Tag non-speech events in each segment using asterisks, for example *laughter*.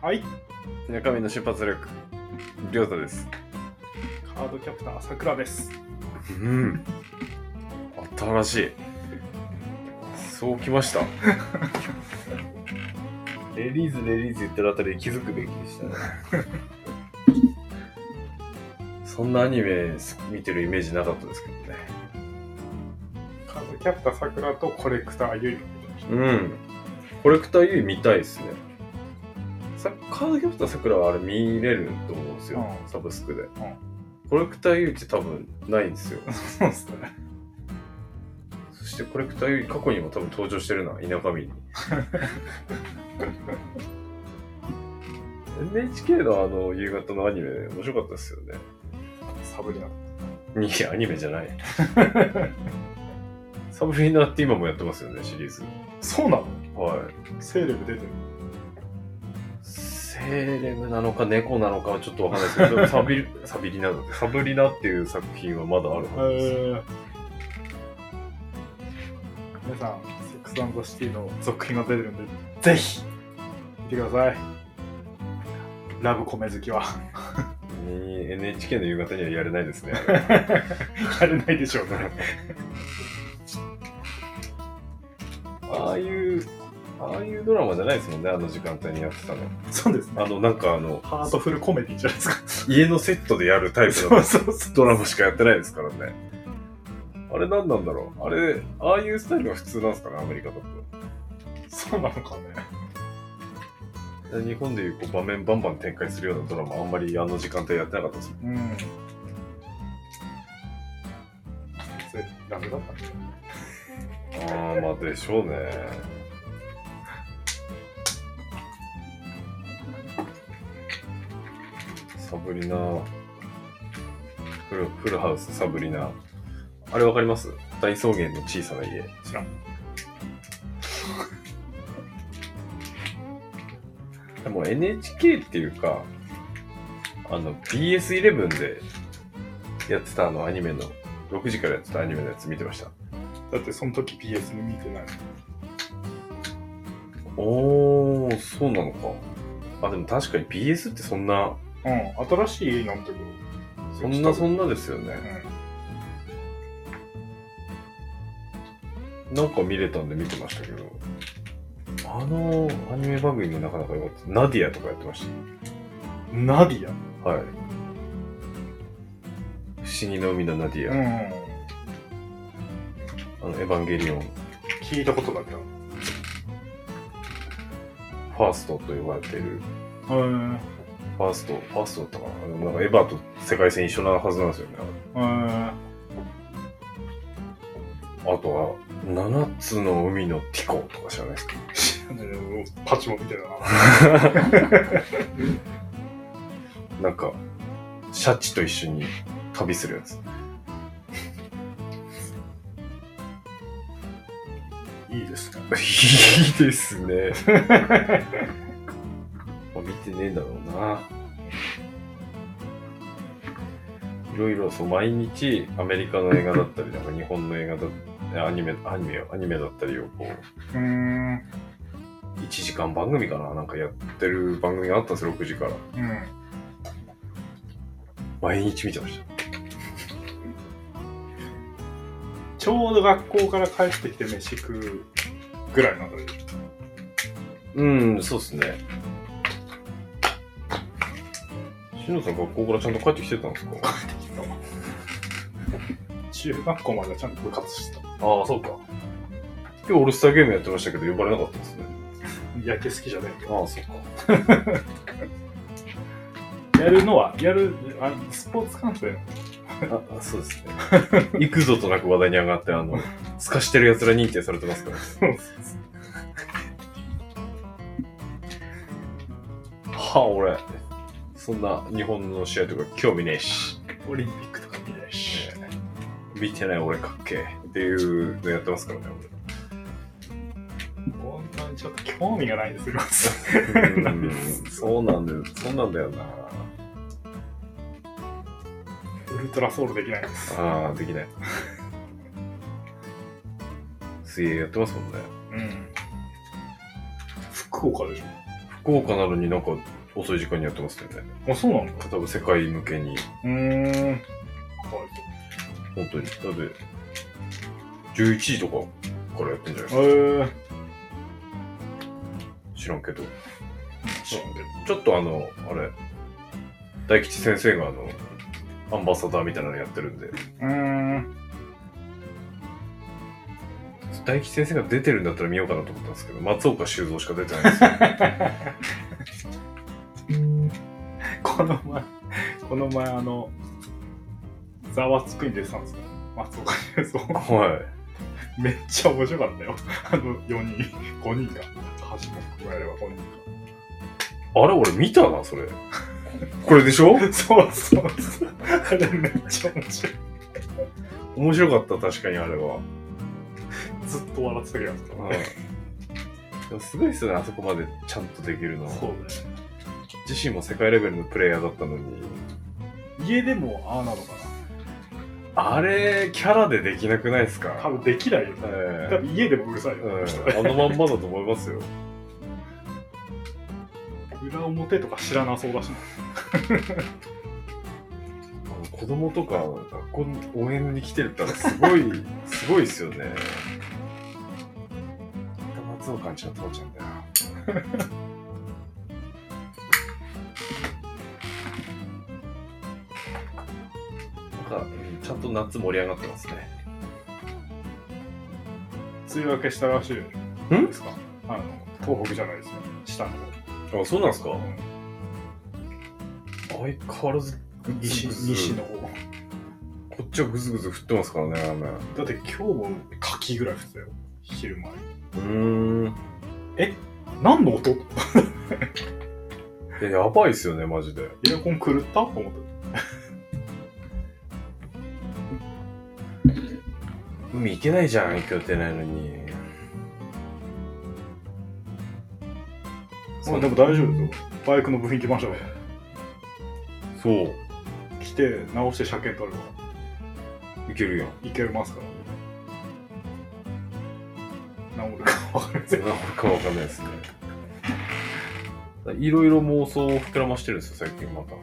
はい中身の出発力、りょうたです。カードキャプターさくらですうん。新しい。そうきました。 *laughs* レリーズ、レリーズ言ってるあたりで気づくべきでしたね。 *laughs* そんなアニメ見てるイメージなかったですけどね。カードキャプターさくらとコレクターゆいうん。コレクター U 見たいですね。さカードキャプターさくらはあれ見れると思うんですよ。うんサブスクで。んコレクター U って多分ないんですよ。そうっすねそしてコレクターより過去にも多分登場してるな、田舎 *laughs* 民に。NHK のあの夕方のアニメ面白かったですよね。サブリナいや、アニメじゃない。サブリーナって今もやってますよね、シリーズ。そうなのはい。セーレブ出てるセーレムなのか猫なのかはちょっとわかんないですけど、でもサビ *laughs* リ、サビリナだって、サブリナっていう作品はまだあるはずです。えー皆さん、セックスアンドシティの続編が出てるんで、ぜひ見てください。ラブコメ好きは。に NHK の夕方にはやれないですね。やれないでしょうね。ああいう、ああいうドラマじゃないですもんね、あの時間帯にやってたの。そうですね。あの、なんかあの、ハートフルコメディじゃないですか。家のセットでやるタイプそのうそうそう。ドラマしかやってないですからね。あれ何なんだろうあれ、ああいうスタイルが普通なんですかね、アメリカだと。そうなのかね。日本でいうこう場面バンバン展開するようなドラマ、あんまりあの時間帯やってなかったですもんうん。それラブだったんですああ、まあでしょうね。サブリナ、フルフルハウス、サブリナ。あれわかります大草原の小さな家。知らん。でも NHK っていうか、あの BS11 でやってたあのアニメの、6時からやってたアニメのやつ見てました。だってその時 PS 見てない。おー、そうなのか。あ、でも確かに BS ってそんな、うん、新しい映画の時そんなそな。んなですよね。なんか見れたんで見てましたけど、あのアニメ番組もなかなか良かった。ナディアとかやってましうんナディア。た。はい。不思議の海のナディア、うん。あのエヴァンゲリオン、フ聞いたことだけど。ァーストと呼ばれている、うん。ファースト、ファーストだったかなあの。なんかエヴァと世界線一緒なはずなんですよね。うん。あとは、七つの海のティコとか知らないですかパチモンみたいだな。なんか、シャチと一緒に旅するやつ。いいですね。いいですね。まあ見てねえんだろうな。いろいろそう毎日アメリカの映画だったり、なんか日本の映画だったり、アニメ、アニメ、アニメだったりをこう、うーん。うん。 1時間番組かななんかやってる番組があったんですよ、6時から。毎日見てました。ちょうど学校から帰ってきて飯食うぐらいの時。うん、そうっすね。しのさん学校からちゃんと帰ってきてたんですか中学校まではちゃんと部活してた。ああ、そうか。今日オールスターゲームやってましたけど、呼ばれなかったですね。野球好きじゃないけど。ああ、そうか。やるのは、やる、あスポーツ観戦。あ、そうですね。 *laughs* 幾度となく話題に上がって、あの、透かしてる奴ら認定されてますから。はあ、俺。そんな日本の試合とか興味ねえし、オリンピックとか見ないし。見てない俺かっけえっていうのやってますからね、こんなにちょっと興興味がないんですよ。 *laughs* うん *laughs* そうなんだよ。そうなんだよな。ウルトラソウルできないです。ああ、できない。水泳やってますもんね。うん。福岡でし福岡なのになんか遅い時間にやってますよね。ょ。あ、そうなんだ。多分世界向けに、うーん。はい。本当に。だって、11時とかからやってんじゃないえー。知らんけど。知らんけどちょっとあの、あれ、大吉先生があの、アンバサダーみたいなのやってるんで、うーん。大吉先生が出てるんだったら見ようかなと思ったんですけど、松岡修造しか出てないんですよ。 *laughs* この前、この前あの、ざわつくに出てたんですよ。松岡修造。はめっちゃ面白かったよ。あの、4人、5人が。橋本君がやれば5人か。い。あれ、俺見たな、それ。これでしょ *laughs* そうそうそう。あれめっちゃ面白い。面白かった、確かにあれは。ずっと笑ってたけど。はいでもすごいですよね、あそこまでちゃんとできるのは。そうだよ。自身も世界レベルのプレイヤーだったのに、家でもああなのかあれ、キャラでできなくないですな。多か分できないよね。え多え分家でもうるさいよ。この人 *laughs* うんあのまんまだと思いますよ。裏表とか知らなそうだしな。あの子供とか学校に応援に来てるったらす *laughs* ごいすごいですよね松尾感じの父ちゃんだよなんかうんちゃんと夏盛り上がってますね梅雨明けしたらしいんですかあの、東北じゃないですね。下の方。あそうなんですかうん相変わらず西西の方。こっちはグズグズ降ってますからね雨だって今日も柿ぐらい降ってたよ。昼前。うーん何の音いややばいですよねマジでエアコン狂ったと思って。海行けないじゃん、今日出ないのに。まあでも大丈夫ですよ。バイクの部品来ましたから。そう、来て直して車検取れば行けるやん。いけますから。治るか分かりません。なんかわかんないですね。 *laughs* いろいろ妄想を膨らましてるんですよ、最近また。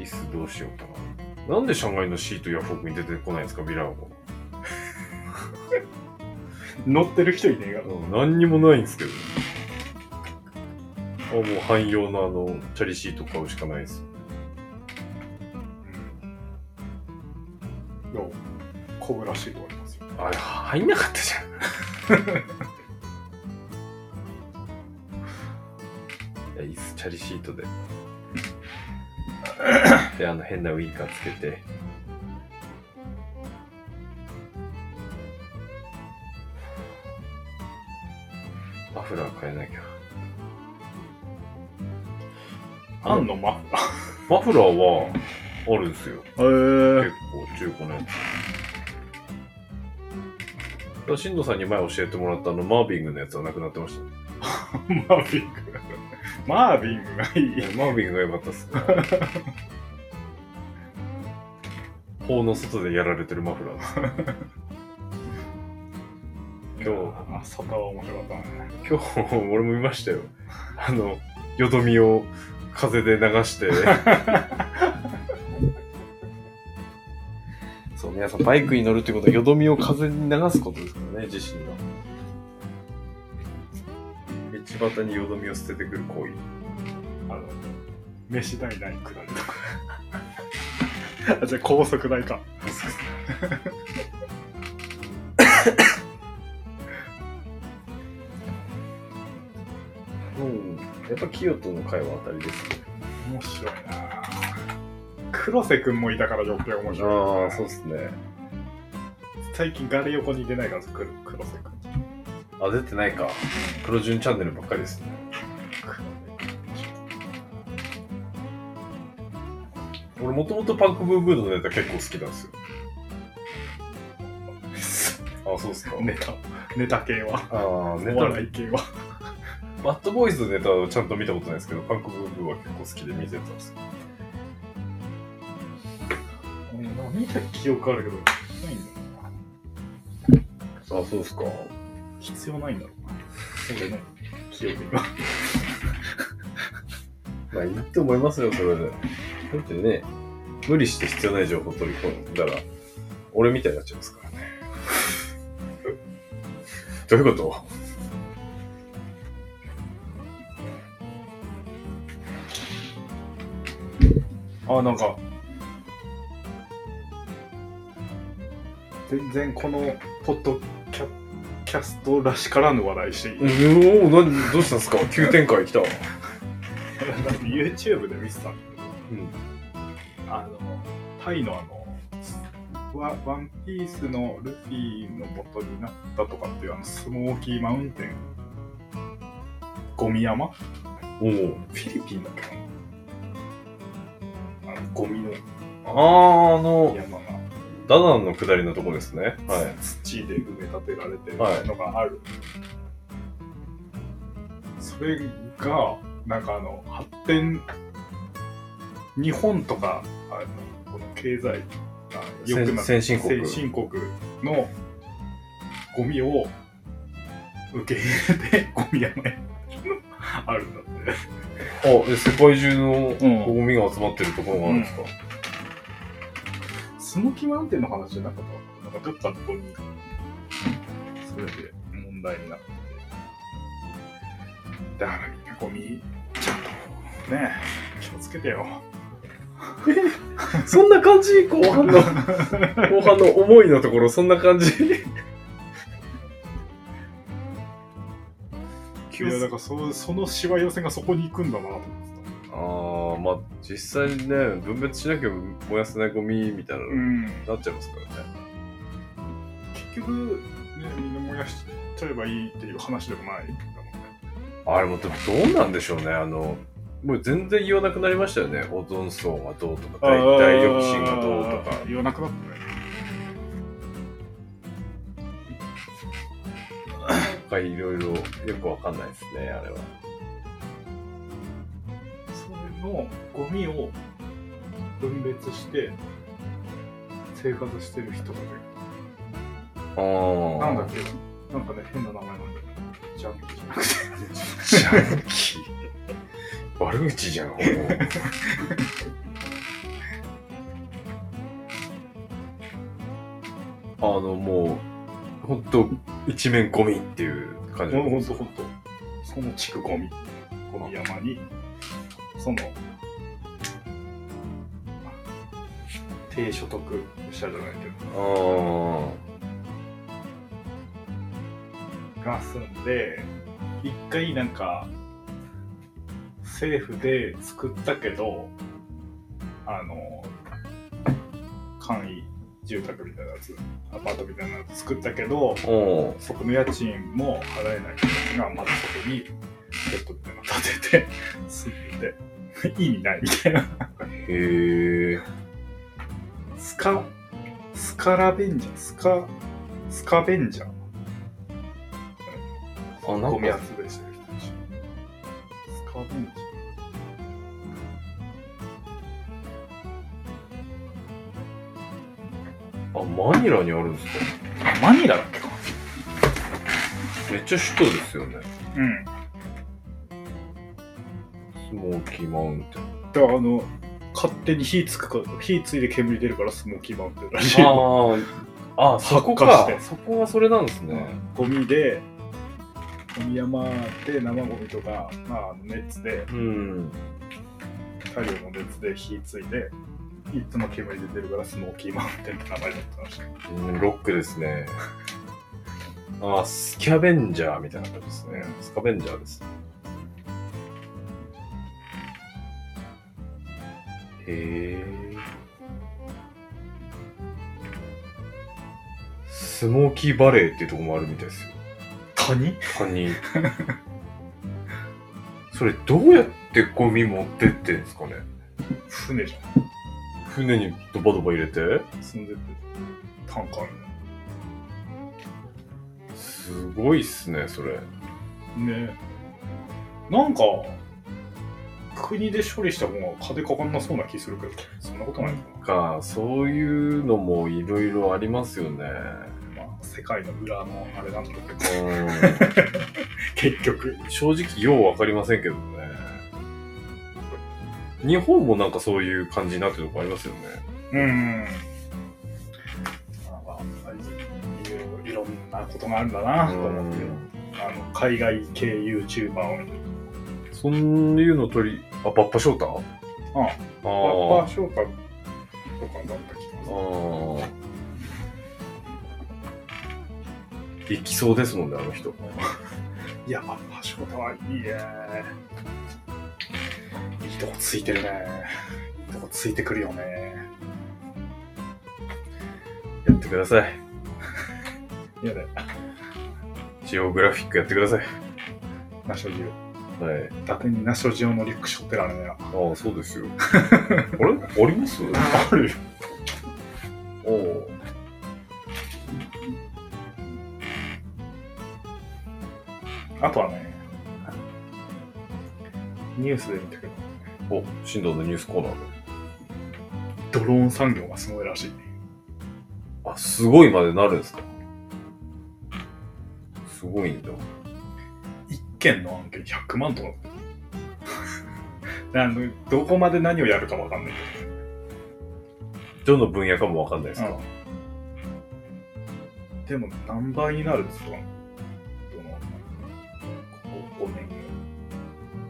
椅子どうしようかな。なんで上海のシートヤフオクに出てこないんですか、ビラーも。乗ってる人いねえから。うん何にもないんですけど。あ、もう汎用のあの、チャリシート買うしかないです。どうコブらしいとありますよ。あれ、入んなかったじ *laughs* ゃん。いや、椅子、チャリシー *laughs* トで。で、あの変なウインカーつけて。マフラー変えなきゃ。あんのマフラマフラーは、あるんですよ。ー。結構中古のやつ。しんどさんに前教えてもらったあのマービングのやつはなくなってましたね。マービング。マービングがいい。マービングが良かったっすね。 *laughs* 法の外でやられてるマフラーです。今あ、サタは面白かったね。日、今日、俺も見ましたよ。あの、よどみを風で流して。 *laughs* そう、皆さん、バイクに乗るってことは、よどみを風に流すことですからね、自身が。道端によどみを捨ててくる行為。あの、飯代ない下りとか。あ、じゃあ高速代か。うん、やっぱ清との会は当たりですね。面白いな黒瀬くんもいたから余計面白い。ああ、そうですね。最近ガレ横に出ないから、黒黒瀬くん。あ、出てないか。黒順チャンネルばっかりですね。俺 *laughs* もともとパンクブーブーのネタ結構好きなんですよ。ああ、そうっすか。ネタネタ系はああ、ネおタ笑い系はバッドボーイズのネタをちゃんと見たことないですけど、韓国語は結構好きで見てたんですうんなんか見た記憶あるけどないんだよなあ、そうですか。必要ないんだろうな俺の記憶にはまあ、いいと思いますよ、それで。だってね、無理して必要ない情報取り込んだら、俺みたいになっちゃいます *laughs* からね。どういうことあなんか全然このポッドキャキャストらしからぬ話題していい、うおー何どうしたんですか急展開来た。うなんか YouTube で見てたんだけどん。あの、タイのあの、ワワンピースのルフィの元になったとかっていうあのスモーキーマウンテン、ゴミ山フおお。ィリピンだっけなあのゴミのあー、あの、山がダナンの下りのとこですね。はい。土で埋め立てられてるはいのがある、それがなんかあの発展日本とかあのこの経済が良くなっ先先進国先進国のゴミを受け入れてゴミ山へあるんだってあ、え世界中のうんゴミが集まってるところがあるんですか、スモキマウンテンの話じゃなかったなんかどっかのとこに、それで問題になってて。だからみんなゴミ、ちゃんと、ねえ、気をつけてよ。 *laughs* そんな感じ後半 *laughs* の、後半の思いのところ、そんな感じ。いや、だからそそのしわ寄せがそこに行くんだなと思ってた。ああ、まあ実際ね、分別しなきゃ燃やせないゴミみたいなのにん。なっちゃいますからね。結局、ね、みんな燃やしちゃえばいいっていう話でもないんだもんね。あれもでもどうなんでしょうね、あの、もう全然言わなくなりましたよね。オゾン層がどうとか、大大抑進がどうとかあー。言わなくなったね。なんかいろいろよくわかんないですね、あれは。それのゴミを分別して生活してる人がねあなんだっけなんかね変な名前なんだよジャンキーじゃなくてジャンキー。悪口じゃん、ほぼ。 *laughs* あの、もう、ほんと、一面ゴミっていう感じほんとほんとその地区ゴミゴミ山にその低所得者じゃないけあーどが住んで一回なんか政府で作ったけどあの簡易住宅みたいなやつアパートみたいなやつ作ったけどうん。そこの家賃も払えない人がまだそこにベッドみたいなの建てて住んでて *laughs* 意味ないみたいなへえ。スカスカラベンジャースカスカベンジャーあ、なゴんミ集めか、してる人たちスカベンジあ、マニラにあるんですかャーマニラだっけかめっちゃ首都ですよね。うんスモーキーマウンテン。だからあの勝手に火つくから火ついて煙出るからスモーキーマウンテンらしいよああ、あ、そこ発か火して。そこはそれなんですね。ゴミでゴミ山で生ゴミとか、まあ、あの熱でうん。太陽の熱で火ついて、いつも煙出てるからスモーキーマウンテンって名前だったらしい。うんロックですね。あ、スキャベンジャーみたいな感じですね。スカベンジャーです。へえ。スモーキーバレーっていうとこもあるみたいですよ。谷他に。 *laughs* それどうやってゴミ持ってってんですかね船じゃ船にドバドバ入れてん。住んでて、タンカーみすごいっすね、それ。ねなんか国で処理した方が金かかんなそうな気するけどそんなことないかか、そういうのもいろいろありますよね。な、まあ、世界の裏のあれなんだろうけど *laughs* う結局ん正直、ようわかりませんけどね。日本もなんかそういう感じになってるとこありますよね。うんなんかいろいろんなことがあるんだなと思ってあの海外系 YouTuber をそういうの取り、あ、バッパ翔太うんあパッあパー翔太とかだった気がするああ。できそうですもんね、あの人。いやパッパー翔太はいいねいいとこついてるねいいとこついてくるよねやってください。いやだよジオグラフィックやってください。ナショジオはい。伊達にナショジオのリュック背負ってられねえなああ、そうです *laughs* よ。あれありますあるおお。あとはねニュースで見たけどお、新藤のニュースコーナードローン産業がすごいらしいで。あ、すごいまでなるんですかすごいんだ。一件の案件100万とか *laughs* あのどこまで何をやるかわかんないけどの分野かもわかんないですどか、うんでも何倍になるんですかどのここ5年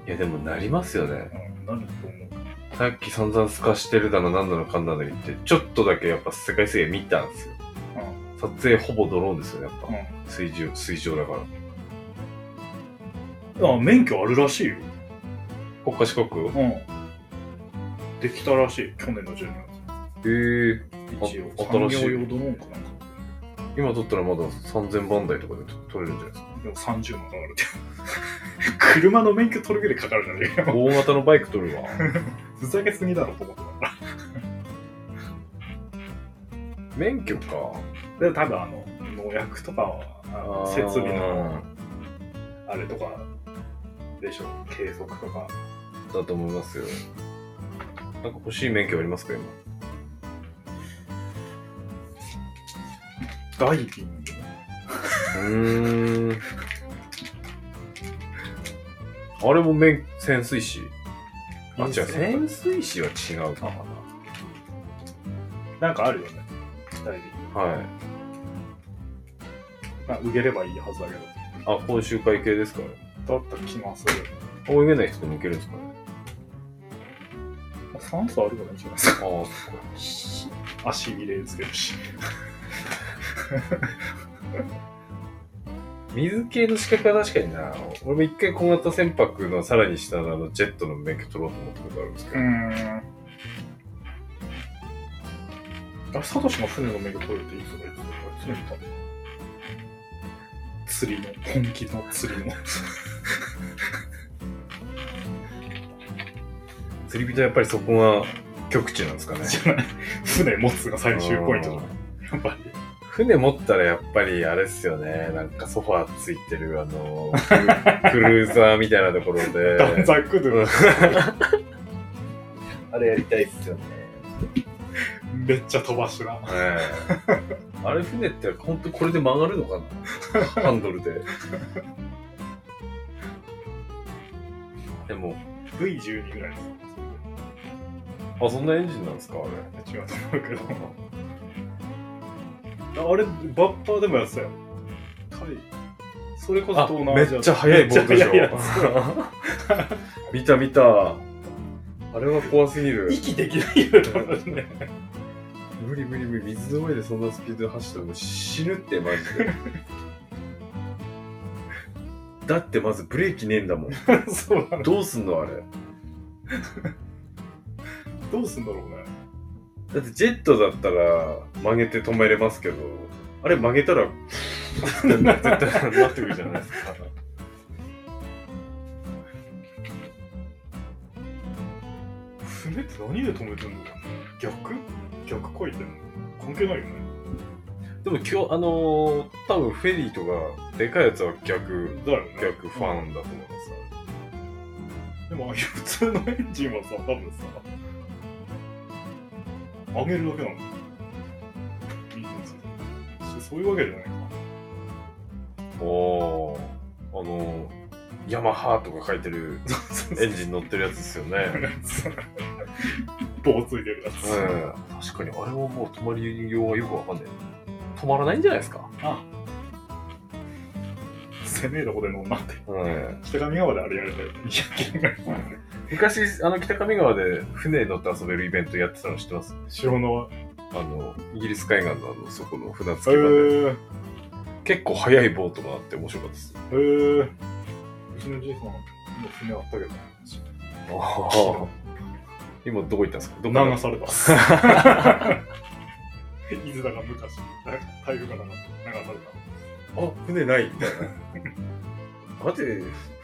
いや、でもなりますよね。うんなると思うさっき散々すかしてるだの、なんだのかんだの言って、ちょっとだけやっぱ世界水泳見たんですよ。撮影ほぼドローンですよね、やっぱ。う水上、水上だから。あ免許あるらしいよ、国家資格へうん、できたらしい去年の12えー、月一応あ産新しい業用ドローンかなんか今撮ったらまだ3000番台とかで撮れるんじゃないですか。でも30万かかるって *laughs* 車の免許取るぐらいか *laughs* かるじゃねえか大型のバイク撮るわ。ふざけすぎだろと思ってたか免許か。らで多分あの農薬とかはあの設備のあれとかでしょ計測とかだと思いますよなんか欲しい免許ありますか今ダイビングうーんあれも免潜水士あ違ういいっすね潜水士は違うかなんかあるよねダイビンなはいグ、まあ、受ければいいはずだけあ講習会系ですかどだった気がする泳げない人でもいけるんですかねまあ酸素あるからいいんじゃないですかああそっか足入れつけるし水系の資格は確かにな俺も一回小型船舶のさらに下のあのジェットの免許取ろうと思ったことあるんですけど、んあサトシが船の免許取れていいとか言ってたから船見た釣りの本気の釣 *laughs* りの釣り人はやっぱりそこが極地なんですか *laughs* ねじゃない船持つが最終ポイントだうんやっぱり船持ったらやっぱりあれっすよね。なんかソファーついてるあの、クル *laughs* クルーザーみたいなところダンで。ザックドゥあれやりたいっすよね。めっちゃ飛ばすなあれ船って本当これで曲がるのかなハンドルで。でも、 V12 ぐらいですあ、そんなエンジンなんですかあれ。違うと思うけどあれバッパーでもやってたよタイそれこそあ東南めアジアっちゃ速いボートでしょめっちゃ速いや。 *laughs* 見た見た。あれは怖すぎ *laughs* つる。息できないよ多分ね無理無理無理水の上でそんなスピードで走ったらもう死ぬってマジ *laughs* でだってまずブレーキねえんだもんそうなのどうすんのあれどうすんだろうねだってジェットだったら曲げて止めれますけどあれ曲げたら絶対なってくるじゃないですか船って何で止めてんの逆逆こいてんの関係ないよねでも今日、あのー多分フェリーとか、でかいやつは逆、だよね逆ファンだと思います。でもああいう普通のエンジンはさ多分さ上げるだけなのいいんですよそそういうわけじゃないかおー、あのーヤマハとか書いてるエンジン乗ってるやつですよね。 *laughs* 棒ついてるやつ、うん、確かにあれはもう止まりようがよくわかんない。止まらないんじゃないですか。攻めるほどのなんてうん、北上川であれやれたよ200キロぐらい昔、あの北上川で船に乗って遊べるイベントやってたの知ってます潮のあの、イギリス海岸のあの、そこの船着へき場で、ー結構速いボートがあって面白かった *laughs* です。へーうちのじいさんも船あったけど今どこ行ったんですかどこ流された *laughs* 伊豆だが昔台風が流されたあ、船ないみたいな。だって、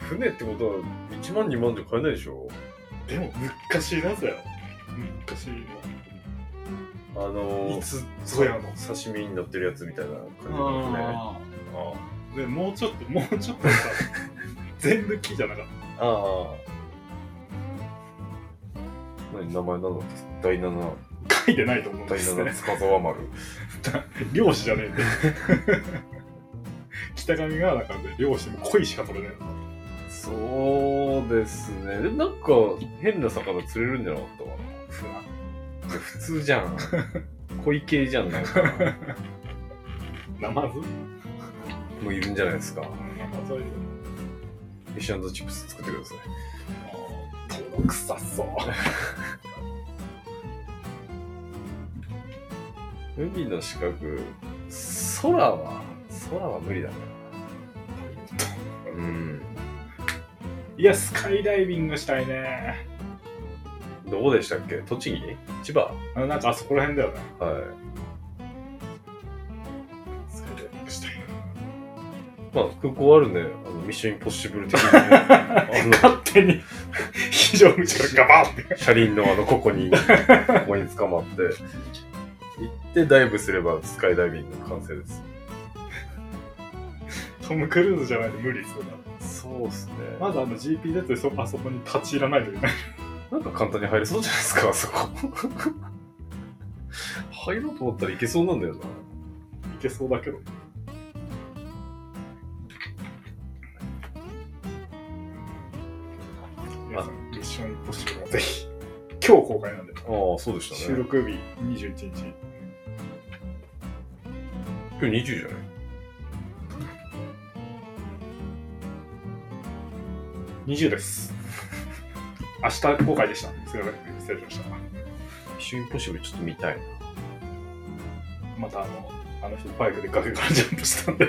船ってことは1万2万じゃ買えないでしょでも昔のやつだよ昔あのい、つぞやの刺身に乗ってるやつみたいな感じの船。あああでもうちょっと *laughs* もうちょっとさ全部木じゃなかっあああ。何名前なの第7、た書いてないと思うんで第す *laughs* 7ね塚沢丸。漁師じゃねえんで *laughs* 北上川なんかで漁師も鯉しか取れねそうですね。でもなんか変な魚釣れるんじゃなかったかな。え船普通じゃ *laughs* ん。恋系じゃん。なんかナマズもういるんじゃないですか。ナマズはいるフィッシュチップス作ってください。登録さそう海の四角、空は、空は無理 *laughs* だな。うん。いやスカイダイビングしたいねどこでしたっけ栃木千葉あのなんかあそこら辺だよねはスカイダイビングしたいい。まあ、空港あるんで、あのミッションインポッシブル的に、 *laughs* あ勝手に *laughs* 非常口からガバッての、車輪のあの、ここに、ここに捕まって、行ってダイブすればスカイダイビングの完成です。トム・クルーズじゃないと無理そうだそうっすね。まずあの GPS でそあそこに立ち入らないといけない。 *laughs* なんか簡単に入れそうじゃないですか、あそこ。入ろうと思ったらいけそうなんだよな。いけそうだけど。皆さん、ミッションインポッシブルはぜひ。今日公開なんで、ああ、そうでした収ね。録日21日。今日20じゃない20です。 *laughs* 明日公開でした。すいません、失礼しました。ミッションインポッシブルちょっと見たいな。またあの、あの人バイクで崖からジャンプしたんで。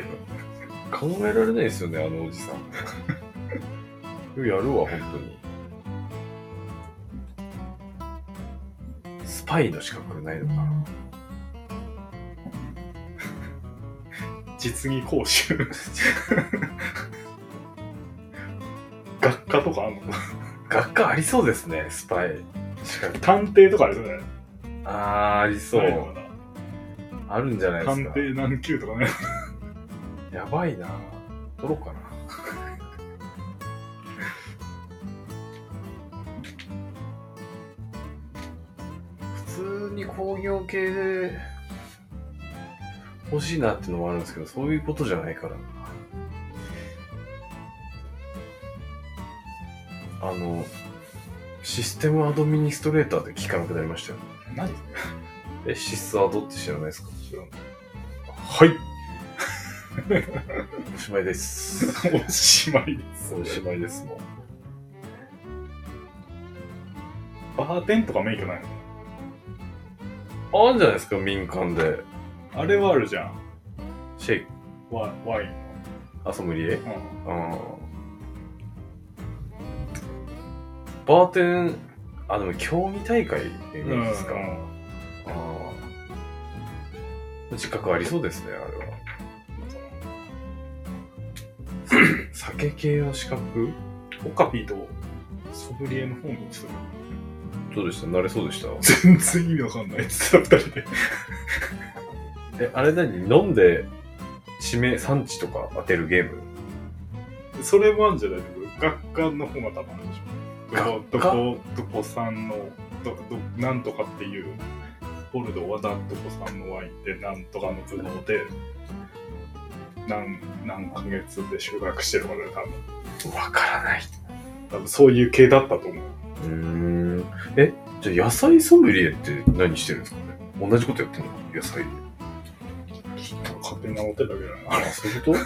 考えられないですよね、あのおじさん。 *laughs* やるわ、本当に。スパイの資格ないのかな実技講習。 *laughs* 学科とかあんの学科ありそうですね、スパイ。資格。探偵とかありそうだよね。ああ、ありそないのかう。なあるんじゃないです探か。偵何級とかね。やばいな。取ろうかな。普通に工業系で欲しいなってのもあるんですけど、そういうことじゃないからな。あの、システムアドミニストレーターって聞かなくなりましたよ。何え、シスアドって知らないですか知らんはい。おしまいです。おしまいです。おしまいですもん。バーテンとか免許ないのあるんじゃないですか、民間で。あれはあるじゃん。シェイク、ワワインあ、ソムリエ。の。うん。バーテン、あ、でも競技大会でいいうん。ですか。ああ。自覚ありそうですね、あれは。酒系の資格オカピーとソブリエの方にする。どうでした慣れそうでした全然意味わかんないっつってた、二人で。え、あれ何飲んで地名、産地とか当てるゲームそれもあるんじゃない学科の方が多分あるでしょど学科こどこさんのどどなんとかっていうボルドーはなんとこさんのワインでなんとかの頭脳で何何ヶ月で収穫してるのかね多分わからない。多分そういう系だったと思ううーん。え、じゃあ野菜ソムリエって何してるんですかね同じことやってんのかな野菜で。勝手に思ってたけどなあ、そういうこと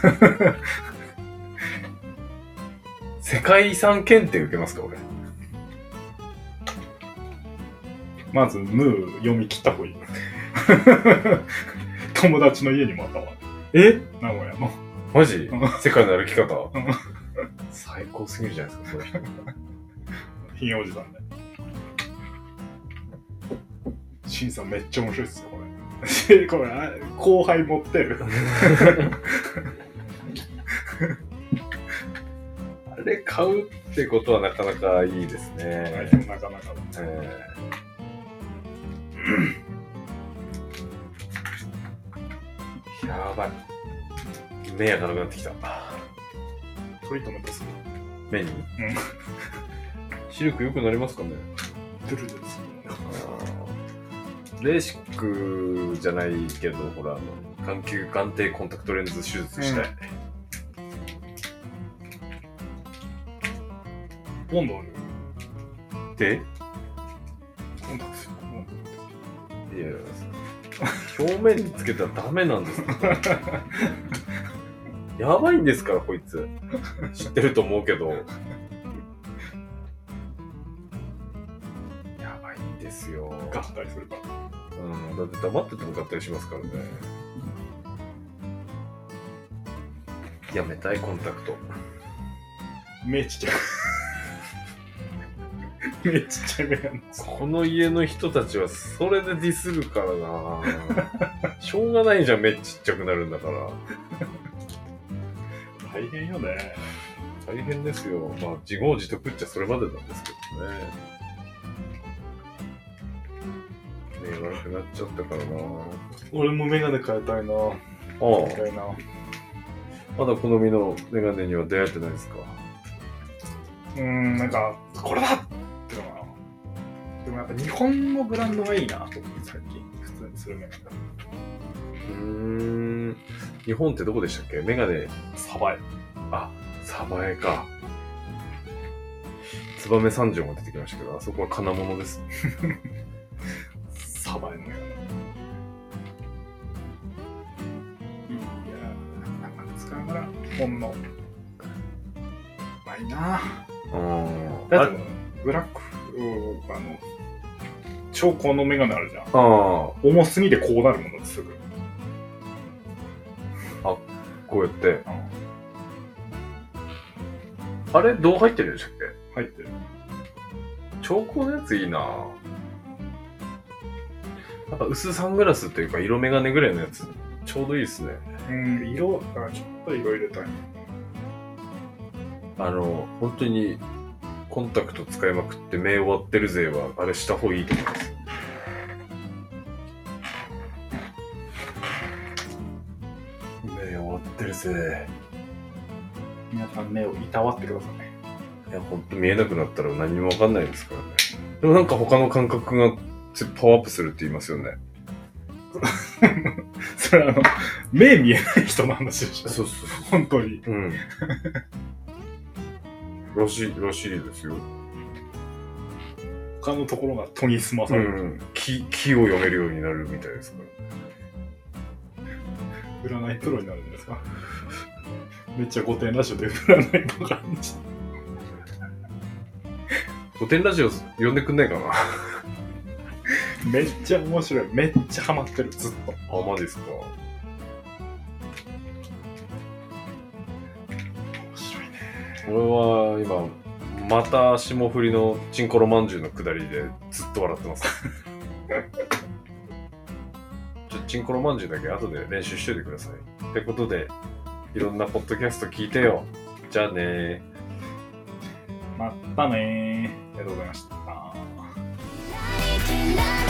世界遺産検定受けますか俺。 *laughs* まずムー読み切った方がいい *laughs* 友達の家にもあったわえ名古屋のマジうん世界の歩き方うん最高すぎるじゃないですか、それ。ひげおじさんで。しんさんめっちゃ面白いっすよ、これ。こ *laughs* れ、あ後輩持ってる。あれ買うってことはなかなかいいです相ね。手もなかなかだ。えーやばい。目がなくなってきた。トリートメントする。目に、視力良くなりますかねドゥルドゥルすレーシックじゃないけど、ほら、あの眼球眼底コンタクトレンズ手術したい。る。ボンドある。でボンドですよ。ボンいや、表面につけたらダメなんです *laughs* よやばいんですから、こいつ。知ってると思うけど。やばいんですよ。ド合体するから。うん、だって黙ってても買ったりしますからね。やめたい、コンタクト。目ちっちゃい。 *laughs* 目ちっちゃい目やな。この家の人たちはそれでディスるから *laughs* なしょうがないじゃん、目ちっちゃくなるんだから。大変よね。大変ですよ。まあ、自業自得っちゃそれまでなんですけどね。目悪くなっちゃったからな俺もメガネ変えたいな。みあたいな。あ、まだ好みのメガネには出会えてないですか。うーん、なんか、これだってのが。でもやっぱ日本のブランドがいいなと思って、最近。普通にするメガネ。うーん。日本ってどこでしたっけメガネ、サバイ。あ、サバエか。ツバメ三条が出てきましたけど、あそこは金物ですね。サバイのメガネ。いやー、なんか使いながら、日本の。まあいいなうん。だっあて、ブラック、あの、超高のメガネあるじゃん。あ重すぎてこうなるもんだってすぐ。ー、こうやって。あれ、どう入ってるんでしたっけ入ってる。超高のやついいなぁなんか薄サングラスというか色眼鏡ぐらいのやつちょうどいいですねうん、色、あちょっと色入れたい。あの本当にコンタクト使いまくって目終わってる勢はあれした方がいいと思います目終わってるぜ皆さん目をいたわってくださいね。いや本当見えなくなったら何もわかんないですからねでもなんか他の感覚がパワーアップするって言いますよね *laughs* それあの、目見えない人の話でしょ。うそうそう本当に。うん。らしい、らしいですよ。他のところが研ぎ澄まさうれる。ん。木、木を読めるようになるみたいですから。占いプロになるんじゃないですか。 *laughs* めっちゃ御殿ラジオで占いバカにして。古典ラジオ呼んでくんないかなあ、めっちゃ面白い。めっちゃハマってる。ずっと。まですか。面白いね。俺は今、また霜降りのチンコロまんじゅうのくだりでずっと笑って *laughs* ます。ちょチンコロまんじゅうだけ後で練習しといてください。ってことで、いろんなポッドキャスト聞いてよ。じゃあねー。またねー。ありがとうございました。 Tonight.